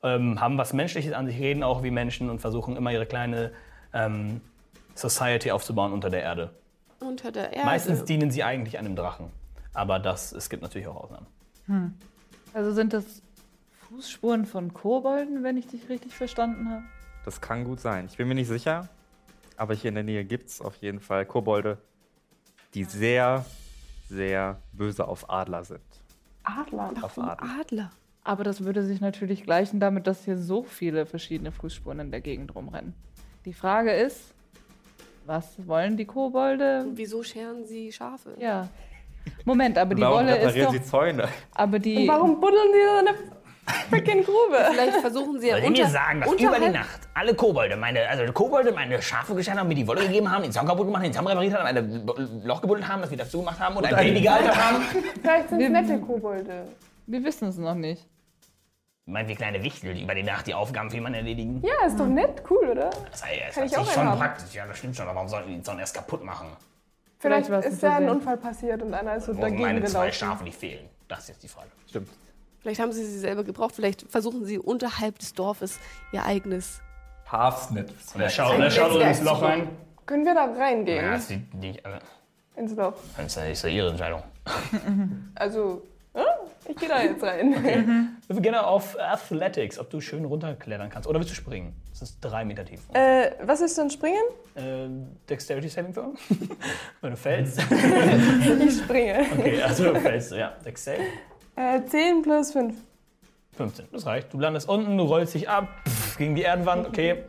ähm, haben was Menschliches an sich, reden auch wie Menschen und versuchen immer ihre kleine ähm, Society aufzubauen unter der Erde.
Unter der Erde.
Meistens dienen sie eigentlich einem Drachen. Aber das, es gibt natürlich auch Ausnahmen.
Also sind das Fußspuren von Kobolden, wenn ich dich richtig verstanden habe?
Das kann gut sein. Ich bin mir nicht sicher, aber hier in der Nähe gibt es auf jeden Fall Kobolde, die sehr, sehr böse auf Adler sind.
Adler.
Auf Adler.
Adler.
Aber das würde sich natürlich gleichen damit, dass hier so viele verschiedene Fußspuren in der Gegend rumrennen. Die Frage ist, was wollen die Kobolde?
Und wieso scheren sie Schafe?
Ja. Moment, aber die
Warum
Wolle ist
reparieren
doch.
sie Zäune?
Aber die.
Und warum buddeln die so eine freaking Grube?
Vielleicht versuchen sie ja
Soll ich
unter,
mir sagen, dass über
unterhalb-
die Nacht alle Kobolde, meine, also die Kobolde, meine Schafe geschert haben, mir die Wolle gegeben haben, den Zaun kaputt gemacht haben, den Zaun repariert haben, ein B- Loch gebuddelt haben, das wieder zugemacht haben und, ein Baby gehalten haben?
Vielleicht sind es nette Kobolde.
Wir wissen es noch nicht.
Meint wie kleine Wichtel, die über die Nacht die Aufgaben für jemanden erledigen?
Ja, ist doch nett, cool, oder?
Das sei es
kann ich
hat
auch
sich
einen
schon
haben.
praktisch, ja, das stimmt schon, aber warum sollten die den Zaun erst kaputt machen?
Vielleicht,
Vielleicht war's ein
ist da ein
Versehen.
Unfall passiert und einer ist so
Wo sind
dagegen
meine zwei
gelaufen.
Schafe, die fehlen? Das ist jetzt die Frage.
Stimmt.
Vielleicht haben sie sie selber gebraucht. Vielleicht versuchen sie unterhalb des Dorfes ihr eigenes.
Schafsnetz.
Und der schaut, der schaut
Netzwerk
ins Loch rein.
Können wir da reingehen?
Ja, das sieht nicht, also,
Ins Loch.
das ist ja ihre Entscheidung.
Also, äh, ich gehe da jetzt rein.
Wir gehen auf Athletics, ob du schön runterklettern kannst. Oder willst du springen? Das ist drei Meter tief.
Äh, was ist denn Springen?
Äh, Dexterity Saving Throw? Wenn du fällst.
Ich springe.
Mhm. Okay, also du fällst, ja. Dex Save.
Äh, 10 plus 5.
15, das reicht. Du landest unten, du rollst dich ab pff, gegen die Erdenwand, okay.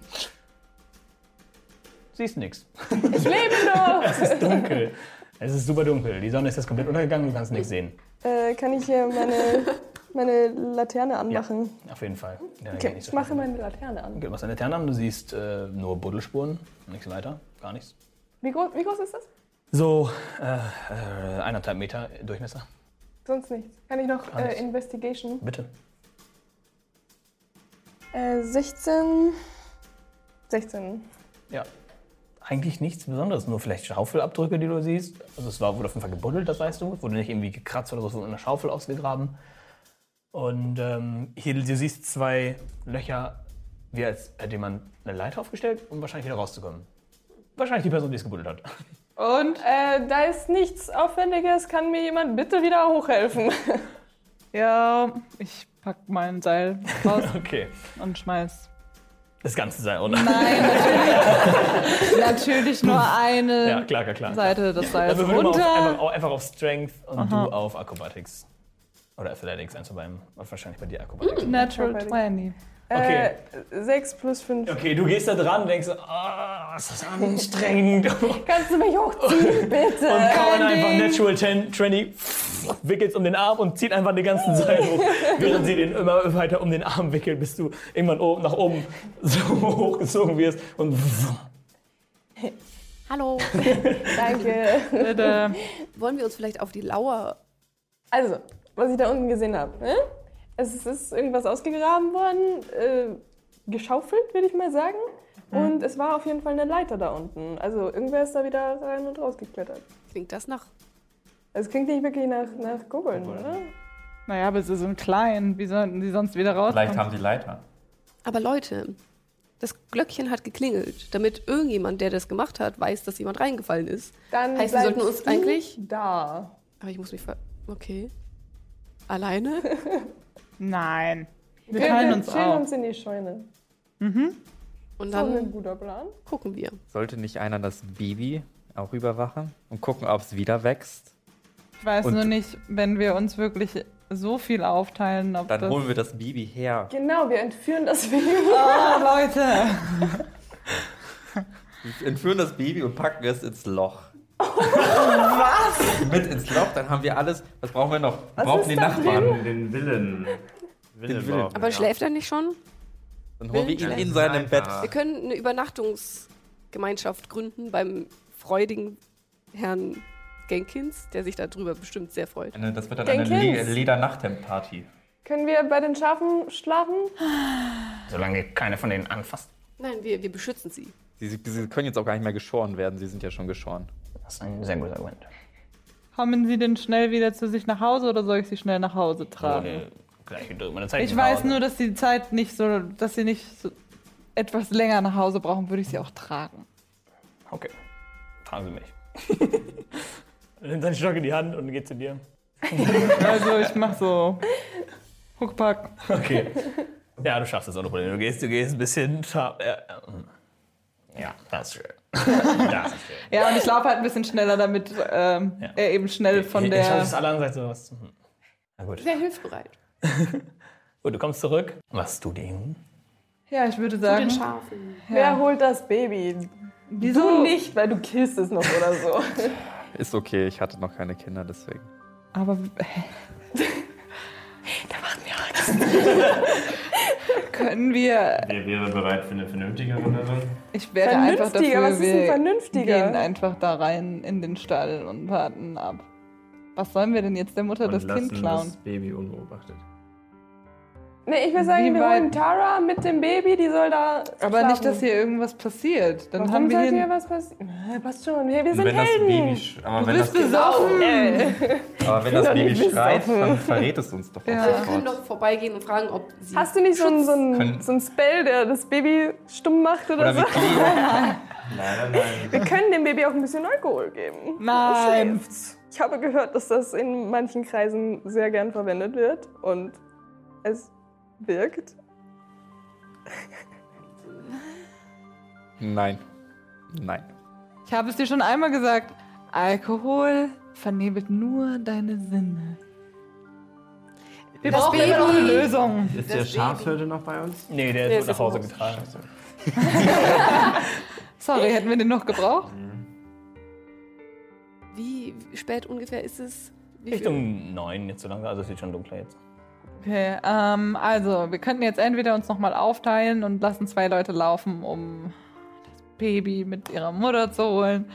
Siehst nichts.
Ich lebe noch!
Es ist dunkel. Es ist super dunkel. Die Sonne ist jetzt komplett untergegangen, du kannst nichts sehen.
Äh, kann ich hier meine, meine Laterne anmachen?
Auf jeden Fall. Ja, geht
Okay,
nicht so
ich mache
viel.
meine Laterne an.
Okay, was an der Terne an? Du siehst äh, nur Buddelspuren, nichts weiter, gar nichts.
Wie groß, wie groß ist das?
So, äh, äh, eineinhalb Meter Durchmesser.
Sonst nichts. Kann ich noch
nichts.
äh, Investigation?
Bitte.
Äh, 16. 16.
Ja. Eigentlich nichts Besonderes, nur vielleicht Schaufelabdrücke, die du siehst. Also es war, wurde auf jeden Fall gebuddelt, das weißt du. Wurde nicht irgendwie gekratzt oder so, es wurde mit einer Schaufel ausgegraben. Und ähm, hier, du siehst zwei Löcher, wie als hätte jemand eine Leiter aufgestellt, um wahrscheinlich wieder rauszukommen. Wahrscheinlich die Person, die es gebuddelt hat.
Und? Äh, da ist nichts Aufwendiges. Kann mir jemand bitte wieder hochhelfen?
Ja, ich pack mein Seil raus
Okay.
und schmeiß.
Das Ganze sei ohne.
Natürlich nur eine
Ja, klar, klar, klar.
Seite des Seils
Also würden wir auf,
runter.
einfach, au- einfach auf Strength und du auf Acrobatics. Oder Athletics, eins von beiden. Und wahrscheinlich bei dir Acrobatics.
Natural 20.
Okay.
Äh, 6 plus 5.
Okay, du gehst da dran und denkst, so, ah, ist das anstrengend. Und
Kannst du mich hochziehen,
Äh,
bitte?
Colin einfach Natural 10, 20, wickelst um den Arm und zieht einfach den ganzen Seil hoch. Während sie den immer weiter um den Arm wickelt, bis du irgendwann oben, nach oben so hochgezogen wirst. Und
Hallo.
Danke.
Bitte.
Wollen wir uns vielleicht auf die Lauer.
Also, was ich da unten gesehen habe. Ne? Es ist irgendwas ausgegraben worden, äh, geschaufelt, würde ich mal sagen.
Mhm.
Und es war auf jeden Fall eine Leiter da unten. Also irgendwer ist da wieder rein und raus geklettert.
Klingt das nach.
Das klingt nicht wirklich nach, nach Guggeln, oder?
Naja, aber sie sind klein. Wie sollten sie sonst wieder
Vielleicht
rauskommen?
haben die Leiter.
Aber Leute, das Glöckchen hat geklingelt, damit irgendjemand, der das gemacht hat, weiß, dass jemand reingefallen ist.
Dann
Heißt, wir
bleibt
sollten uns
sie
eigentlich-
Da.
Aber ich muss mich ver. Okay. Alleine?
Nein. Wir
Wir
teilen
wir
uns
chillen
auf.
uns in die Scheune.
Und
Das ist ein
dann
guter Plan.
gucken wir.
Sollte nicht einer das Baby auch überwachen und gucken, ob es wieder wächst?
Ich weiß
Und-
nur nicht, wenn wir uns wirklich so viel aufteilen, ob
Dann
das...
holen wir das Baby her.
Genau, wir entführen das Baby.
Oh,
Ah, Leute!
Wir entführen das Baby und packen es ins Loch. Was? Mit ins Loch, dann haben wir alles. Was brauchen wir noch? Wir brauchen die Nachbarn.
Mann, den Willen.
Willen.
Willen brauchen
Aber
wir.
schläft er nicht schon?
Dann holen wir ihn
Wildschwein.
in seinem Bett.
Wir können eine Übernachtungsgemeinschaft gründen beim freudigen Herrn Genkins, der sich darüber bestimmt sehr freut.
Eine- Ne, Das wird dann
Den
eine Le
Kids.
Leder-Nachthemd-Party.
Können wir bei den Schafen schlafen?
solange keiner von denen anfasst.
Nein, wir, wir beschützen sie.
Sie, sie- sie können jetzt auch gar nicht mehr geschoren werden, sie sind ja schon geschoren.
Das ist ein sehr gutes Argument.
Kommen sie denn schnell wieder zu sich nach Hause oder soll ich sie schnell nach Hause tragen?
Äh,
Ohne gleiche drüber eine Zeit
Ich weiß nur, dass die Zeit nicht so... Dass sie nicht so etwas länger nach Hause brauchen, würde ich sie auch tragen.
Okay. Fragen Sie mich. Er nimmt seinen Stock in die Hand und geht zu dir.
Also ich mach so... Huckpack.
Okay. ja, du schaffst das ohne Probleme. Du gehst, du gehst ein bisschen. scha- äh, äh, Ja, das ist schön. das ist schön.
Ja, und ich laufe halt ein bisschen schneller, damit ähm,
Ja.
er eben
Äh,
schnell von
Ihr- ihr schaut es
der...
alle an und sagt so was. hm. Na gut.
Sehr hilfsbereit.
Gut, du kommst zurück. Was du den?
Ja, ich würde sagen...
Schafen.
Wer holt das Baby?
Wieso?
Du nicht, weil du killst es noch oder so.
Ist okay, ich hatte noch keine Kinder, deswegen.
Aber hä? können wir.
Wer wäre bereit für eine vernünftige Runde?
Ich werde einfach
Vernünftiger,
dafür.
was ist ein
wir
Vernünftiger?
Gehen einfach da rein in den Stall und warten ab. Was sollen wir denn jetzt der Mutter
Und
das
lassen
Kind klauen?
das Baby unbeobachtet.
Nee, ich will sagen,
Wie
wir
weit-
holen Tara mit dem Baby, die soll da.
Aber
schlafen.
nicht, dass hier irgendwas passiert. Dann
Warum
haben wir
sollte
hier.
hier was passieren? Passt schon, wir, wir sind
wenn das Baby,
Helden.
sch- aber
Du
wenn das,
bist besoffen!
aber wenn das
doch
Baby
nicht
schreit, dann verrät es uns doch
Ja.
Wir können
auch
doch vorbeigehen und fragen, ob sie.
Hast du nicht so einen, so, einen,
Können-
so einen Spell, der das Baby stumm macht oder,
Oder
so?
wir Cleo.
Nein, nein,
Wir können dem Baby auch ein bisschen Alkohol geben.
Nein!
Ich habe gehört, dass das in manchen Kreisen sehr gern verwendet wird und es wirkt.
Nein. Nein.
Ich habe es dir schon einmal gesagt. Alkohol vernebelt nur deine Sinne. Wir
Das
brauchen immer noch eine
Baby.
Lösung.
nein. Ist der Schafshirte noch bei uns?
Nee, der
Der
ist
ist
wird nach
jetzt
Hause
raus.
getragen.
Sorry, hätten wir den noch gebraucht?
Wie spät ungefähr ist es? Wie viel-
Richtung 9 jetzt so langsam, also es wird schon dunkler jetzt.
Okay, ähm, also wir könnten jetzt entweder uns nochmal aufteilen und lassen zwei Leute laufen, um das Baby mit ihrer Mutter zu holen.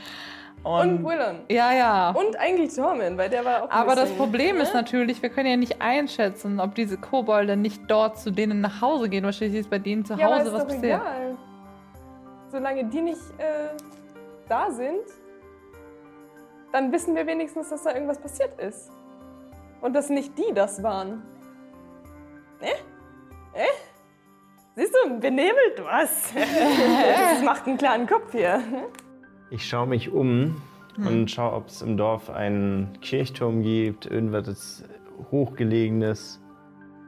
Und Willon.
Ja, ja.
Und eigentlich Tormin, weil der war auch. ein
Aber das
bisschen-
Problem ist
ne?
natürlich, wir können ja nicht einschätzen, ob diese Kobolde nicht dort zu denen nach Hause gehen. Wahrscheinlich ist bei denen zu
ja, aber
Hause
ist
was
doch
passiert.
Egal. Solange die nicht äh, da sind, dann wissen wir wenigstens, dass da irgendwas passiert ist. Und dass nicht die das waren. Ne? Ne? Siehst du, benebelt was. das macht einen klaren Kopf hier.
Ich schaue mich um
Hm.
und schaue, ob es im Dorf einen Kirchturm gibt, irgendwas Hochgelegenes.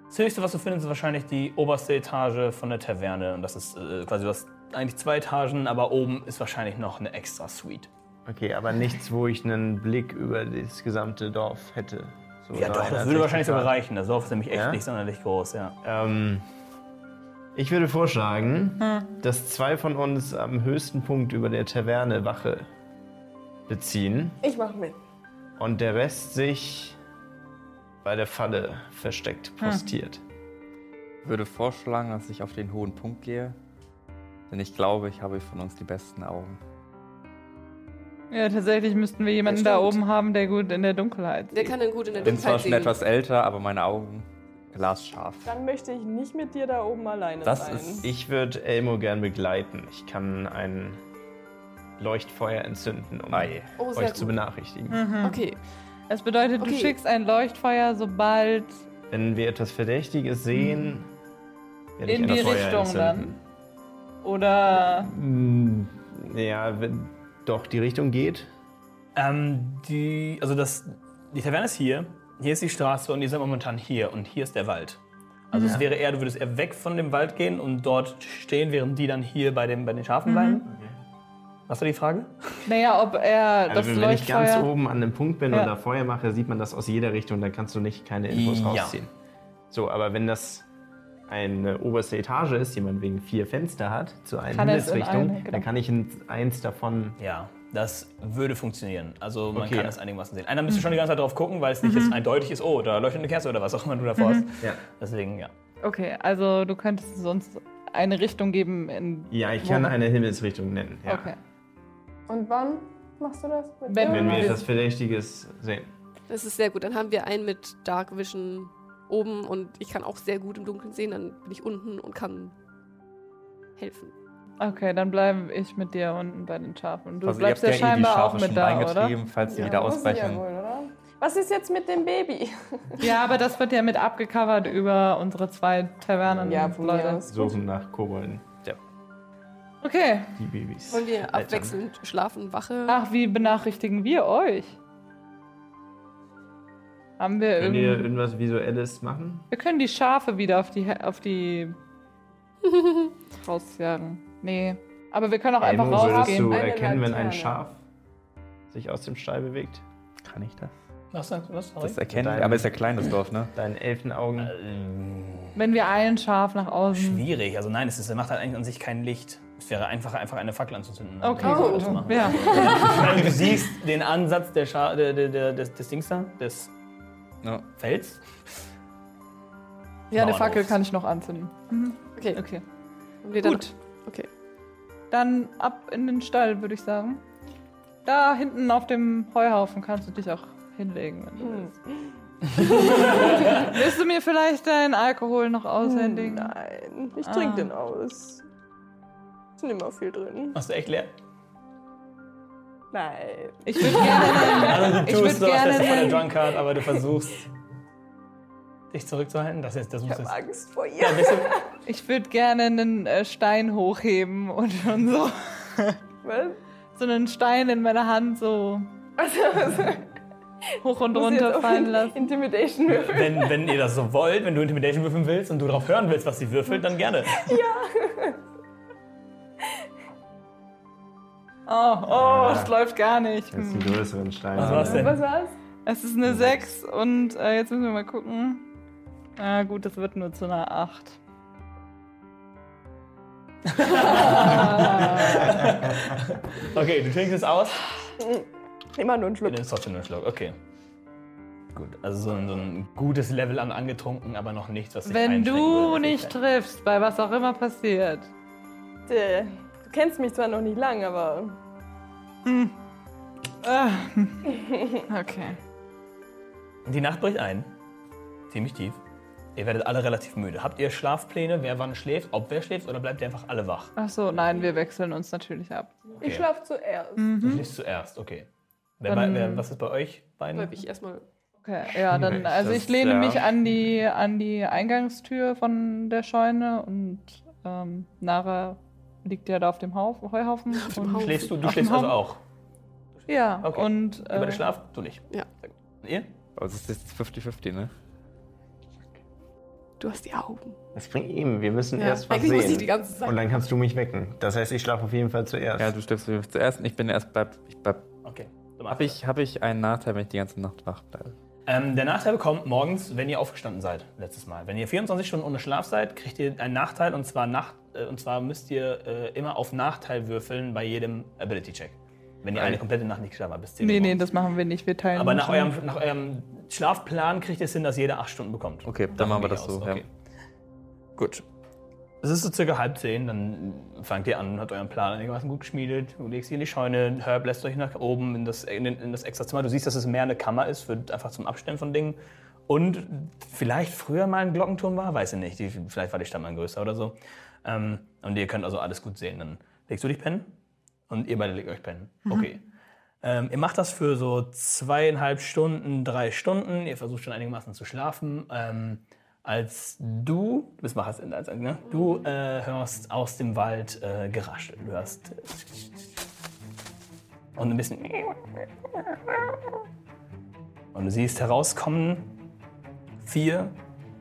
Das höchste, was du findest, ist wahrscheinlich die oberste Etage von der Taverne. Und das ist äh, quasi das eigentlich zwei Etagen, aber oben ist wahrscheinlich noch eine extra Suite.
Okay, aber nichts, wo ich einen Blick über das gesamte Dorf hätte. So,
ja,
oder
doch, das
einer
würde wahrscheinlich sogar
Techniker.
reichen. Das Dorf ist nämlich echt
Ja?
nicht sonderlich groß, ja.
Ähm, ich würde vorschlagen,
Hm.
dass zwei von uns am höchsten Punkt über der Taverne Wache beziehen
Ich mach mit.
und der Rest sich bei der Falle versteckt
Hm.
postiert.
würde vorschlagen, dass ich auf den hohen Punkt gehe. Denn ich glaube, ich habe von uns die besten Augen.
Ja, tatsächlich müssten wir jemanden
Ja,
da
stimmt.
oben haben, der gut in der Dunkelheit
Wer kann denn gut in der
Ich bin zwar
Dunkelheit
schon
sehen?
etwas älter, aber meine Augen glasscharf.
Dann möchte ich nicht mit dir da oben alleine
Das
sein.
ist-
Ich würde Elmo gern begleiten. Ich kann ein Leuchtfeuer entzünden, um
Ei.
Oh, sehr
euch zu
gut.
benachrichtigen.
Mhm.
Hm.
Okay,
Es bedeutet, du
Okay.
schickst ein Leuchtfeuer, sobald.
Wenn wir etwas Verdächtiges sehen, werde
In
ich ein
die
Feuer
Richtung
entzünden.
Oder.
dann? Ja, wenn doch die Richtung geht.
Ähm, die, also das, die Taverne ist hier, hier ist die Straße und ihr seid momentan hier und hier ist der Wald. Also es wäre eher, du würdest eher weg von dem Wald gehen und dort stehen, während die dann hier bei, dem, bei den Schafen bleiben. Was war die Frage?
Naja, ob er das
Also wenn, wenn ich
Leuchtfeuer.
ganz oben an einem Punkt bin
Ja.
und da Feuer mache, sieht man das aus jeder Richtung, dann kannst du nicht keine Infos
Ja.
rausziehen. So, aber wenn das eine oberste Etage ist, die man wegen vier Fenster hat, zu einer
Kann er es in
Himmelsrichtung,
eine, genau.
dann kann ich in eins davon
Ja, das würde funktionieren. Also man
Okay.
kann das einigermaßen sehen. Einer müsste schon die ganze Zeit drauf gucken, weil es nicht jetzt eindeutig ist, oh, da leuchtet eine Kerze oder was auch immer du davor hast.
Ja.
Deswegen, ja.
Okay, also du könntest sonst eine Richtung geben in.
Ja, ich kann eine Himmelsrichtung nennen. Ja.
Okay.
Und wann machst du das? Mit
Wenn-
Wenn wir
dir?
etwas Verdächtiges sehen.
das ist sehr gut. Dann haben wir einen mit Dark Vision oben und ich kann auch sehr gut im Dunkeln sehen. Dann bin ich unten und kann helfen.
Okay, dann bleibe ich mit dir unten bei den Schafen. Du
Also ihr
bleibst
habt
ja,
eh die
scheinbar auch
Schafe
mit
schon
da, oder?
reingetrieben, falls sie
Ja,
wieder
muss ich Ja
ausbrechen.
wohl, oder? Was ist jetzt mit dem Baby?
Ja, aber das wird ja mit abgecovert über unsere zwei Tavernen.
Ja, von mir
Leute.
aus.
Suchen nach Kobolden,
Okay.
die Babys.
Wollen wir abwechselnd schlafen, Wache?
Ach, wie benachrichtigen wir euch? Haben wir
Könnt ihr
irgendwie.
irgendwas Visuelles machen?
Wir können die Schafe wieder auf die, auf die rausjagen. Nee. Aber wir können auch einfach
Elmo, würdest
rausgehen.
du
Eine
erkennen, wenn ein
Laterne.
Schaf sich aus dem Stall bewegt? Kann ich das?
Was sagst du? Was?
Das erkennen,
Dein-
aber ist ja klein, das Dorf, ne?
Deinen Elfenaugen?
Wenn wir ein Schaf nach außen.
Schwierig. Also nein, es ist, er macht halt eigentlich an sich kein Licht. Es wäre einfacher, einfach eine Fackel anzuzünden.
Okay,
Also,
gut.
das machen.
Ja.
Ich meine, Du siehst den Ansatz der Scha der, der, der, des, des Dings da, des
Ja.
Fels.
ja, eine
Mauern
Fackel
auf.
kann ich noch anzünden.
Okay,
Mhm. Okay.
Und wir dann-
Gut.
Okay.
Dann ab in den Stall, würde ich sagen. Da hinten auf dem Heuhaufen kannst du dich auch hinlegen, wenn du willst. willst du mir vielleicht deinen Alkohol noch aushändigen?
Hm, Nein, ich
Ah.
trinke den aus. Ist nicht mehr viel drin.
Hast du echt leer?
Nein.
Ich würde gerne.
Also
Ich
du tust
würd
so, als wärst du
gerne
voll der
den-
Drunkard, aber du versuchst, dich zurückzuhalten. Das ist, das muss
Ich habe
jetzt.
Angst vor ihr.
Weißt du,
Ich würde gerne einen äh, Stein hochheben und schon so,
Was?
so einen Stein in meiner Hand so
Also, also,
hoch und
muss ich jetzt
runter
auf
fallen
den
lassen.
Intimidation würfeln.
wenn, wenn ihr das so wollt, wenn du Intimidation würfeln willst und du darauf hören willst, was sie würfelt, dann gerne.
Oh, oh, es läuft gar nicht.
Das ist einen
Hm.
größeren Stein.
Also, Was war's denn?
Was war's?
Es ist eine 6 und äh, jetzt müssen wir mal gucken. Ah, gut, das wird nur zu einer 8.
Okay, du trinkst es aus.
Immer nur einen Schluck.
Du nimmst trotzdem einen Schluck, okay. Gut, also so ein, so ein gutes Level an angetrunken, aber noch nichts, was ich
Wenn
einschränken
du
würde.
nicht triffst, bei was auch immer passiert.
Äh, Du kennst mich zwar noch nicht lang, aber
Ah. Okay.
Die Nacht bricht ein. Ziemlich tief. Ihr werdet alle relativ müde. Habt ihr Schlafpläne, wer wann schläft, ob wer schläft oder bleibt ihr einfach alle wach?
Ach so, nein, wir wechseln uns natürlich ab.
Ich schlaf zuerst.
Du schläfst zuerst, okay. Wer,
Mhm. Dann-
bei- wer, was ist bei euch beiden?
Bleib ich erstmal.
Okay, ja, dann, also ich lehne mich an die, an die Eingangstür von der Scheune und ähm, Nara liegt ja da auf dem Hauf, Heuhaufen. und
Haufen.
Schläfst du, du
auf dem
schläfst also
Haufen.
auch.
Ja,
Okay.
und
Über den
äh,
Schlaf, du nicht.
Ja.
Und ihr?
Aber es ist jetzt 50-50, ne?
Du hast die Augen.
Das bringt ihm. Wir müssen
Ja,
erst was
eigentlich muss
sehen.
ich die ganze Zeit-
Und dann kannst du mich wecken. Das heißt, ich schlafe auf jeden Fall zuerst.
Ja, du stirbst zuerst und ich bin erst bei. Ich bleib.
Okay.
Habe ich, hab ich einen Nachteil, wenn ich die ganze Nacht wach bleibe?
Ähm, der Nachteil kommt morgens, wenn ihr aufgestanden seid, letztes Mal. Wenn ihr 24 Stunden ohne Schlaf seid, kriegt ihr einen Nachteil und zwar, Nacht, äh, und zwar müsst ihr äh, immer auf Nachteil würfeln bei jedem Ability-Check. Wenn ihr eine komplette Nacht nicht geschlafen habt, bis 10
nee,
Uhr
nee,
morgens.
das machen wir nicht. Wir teilen
Aber
uns
nach
schon.
eurem, nach eurem Schlafplan kriegt ihr es hin, dass jeder 8 Stunden bekommt.
Okay, dann machen wir das so. Ja.
Gut. Es ist so circa halb zehn, dann fangt ihr an, habt euren Plan einigermaßen gut geschmiedet, du legst ihn in die Scheune, Herb lässt euch nach oben in das, in, den- in das extra Zimmer. Du siehst, dass es mehr eine Kammer ist, für, einfach zum Abstellen von Dingen. Und vielleicht früher mal ein Glockenturm war, weiß ich nicht. Die, vielleicht war die Stammmann größer oder so. Ähm, und ihr könnt also alles gut sehen. Dann legst du dich pennen und ihr beide legt euch pennen. Okay. Ähm, ihr macht das für so zweieinhalb Stunden, drei Stunden. Ihr versucht schon einigermaßen zu schlafen. Ähm, als du, du bist wach, als, als, ne? du äh, hörst aus dem Wald äh, Geraschel. Du hörst. äh, Und ein bisschen. Und du siehst herauskommen vier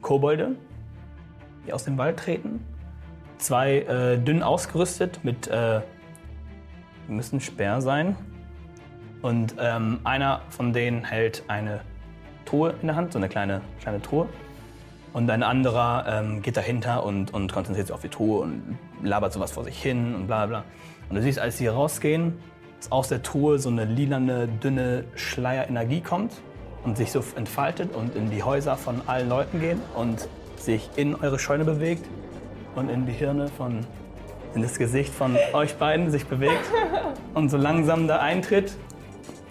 Kobolde, die aus dem Wald treten. Zwei äh, dünn ausgerüstet mit. Äh, müssen Speer sein. Und ähm, einer von denen hält eine Truhe in der Hand, so eine kleine, kleine Truhe. Und ein anderer ähm, geht dahinter und, und konzentriert sich auf die Truhe und labert sowas vor sich hin und bla bla. Und du siehst, als sie rausgehen, dass aus der Truhe so eine lilane, dünne Schleierenergie kommt und sich so entfaltet und in die Häuser von allen Leuten geht und sich in eure Scheune bewegt und in die Hirne von, in das Gesicht von euch beiden sich bewegt und so langsam da eintritt.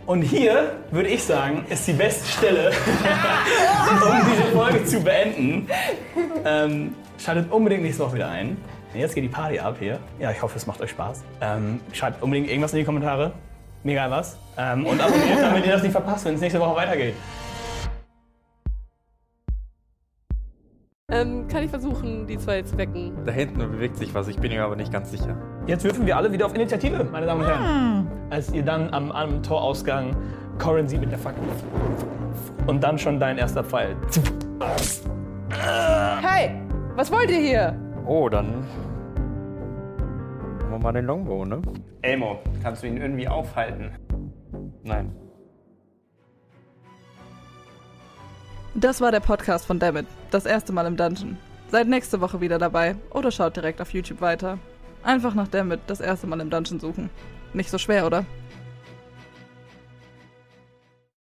Und hier, würde ich sagen, ist die beste Stelle, um diese Folge zu beenden. Ähm, schaltet unbedingt nächste Woche wieder ein. Denn Jetzt geht die Party ab hier. Ja, ich hoffe, es macht euch Spaß. Ähm, schreibt unbedingt irgendwas in die Kommentare. Mir egal was. Ähm, und abonniert, damit ihr das nicht verpasst, wenn es nächste Woche weitergeht.
Ähm, kann ich versuchen, die zwei zu wecken?
Da hinten bewegt sich was, ich bin mir aber nicht ganz sicher.
Jetzt würfen wir alle wieder auf Initiative, meine Damen und Herren. Als ihr dann am, am Torausgang Corin sieht mit der Fackel. Und dann schon dein erster Pfeil.
Hey, was wollt ihr hier?
Oh, dann. Machen wir mal den Longbow, ne?
Elmo, kannst du ihn irgendwie aufhalten?
Nein.
Das war der Podcast von Dammit, das erste Mal im Dungeon. Seid nächste Woche wieder dabei oder schaut direkt auf YouTube weiter. Einfach nach Dammit, das erste Mal im Dungeon suchen. Nicht so schwer, oder?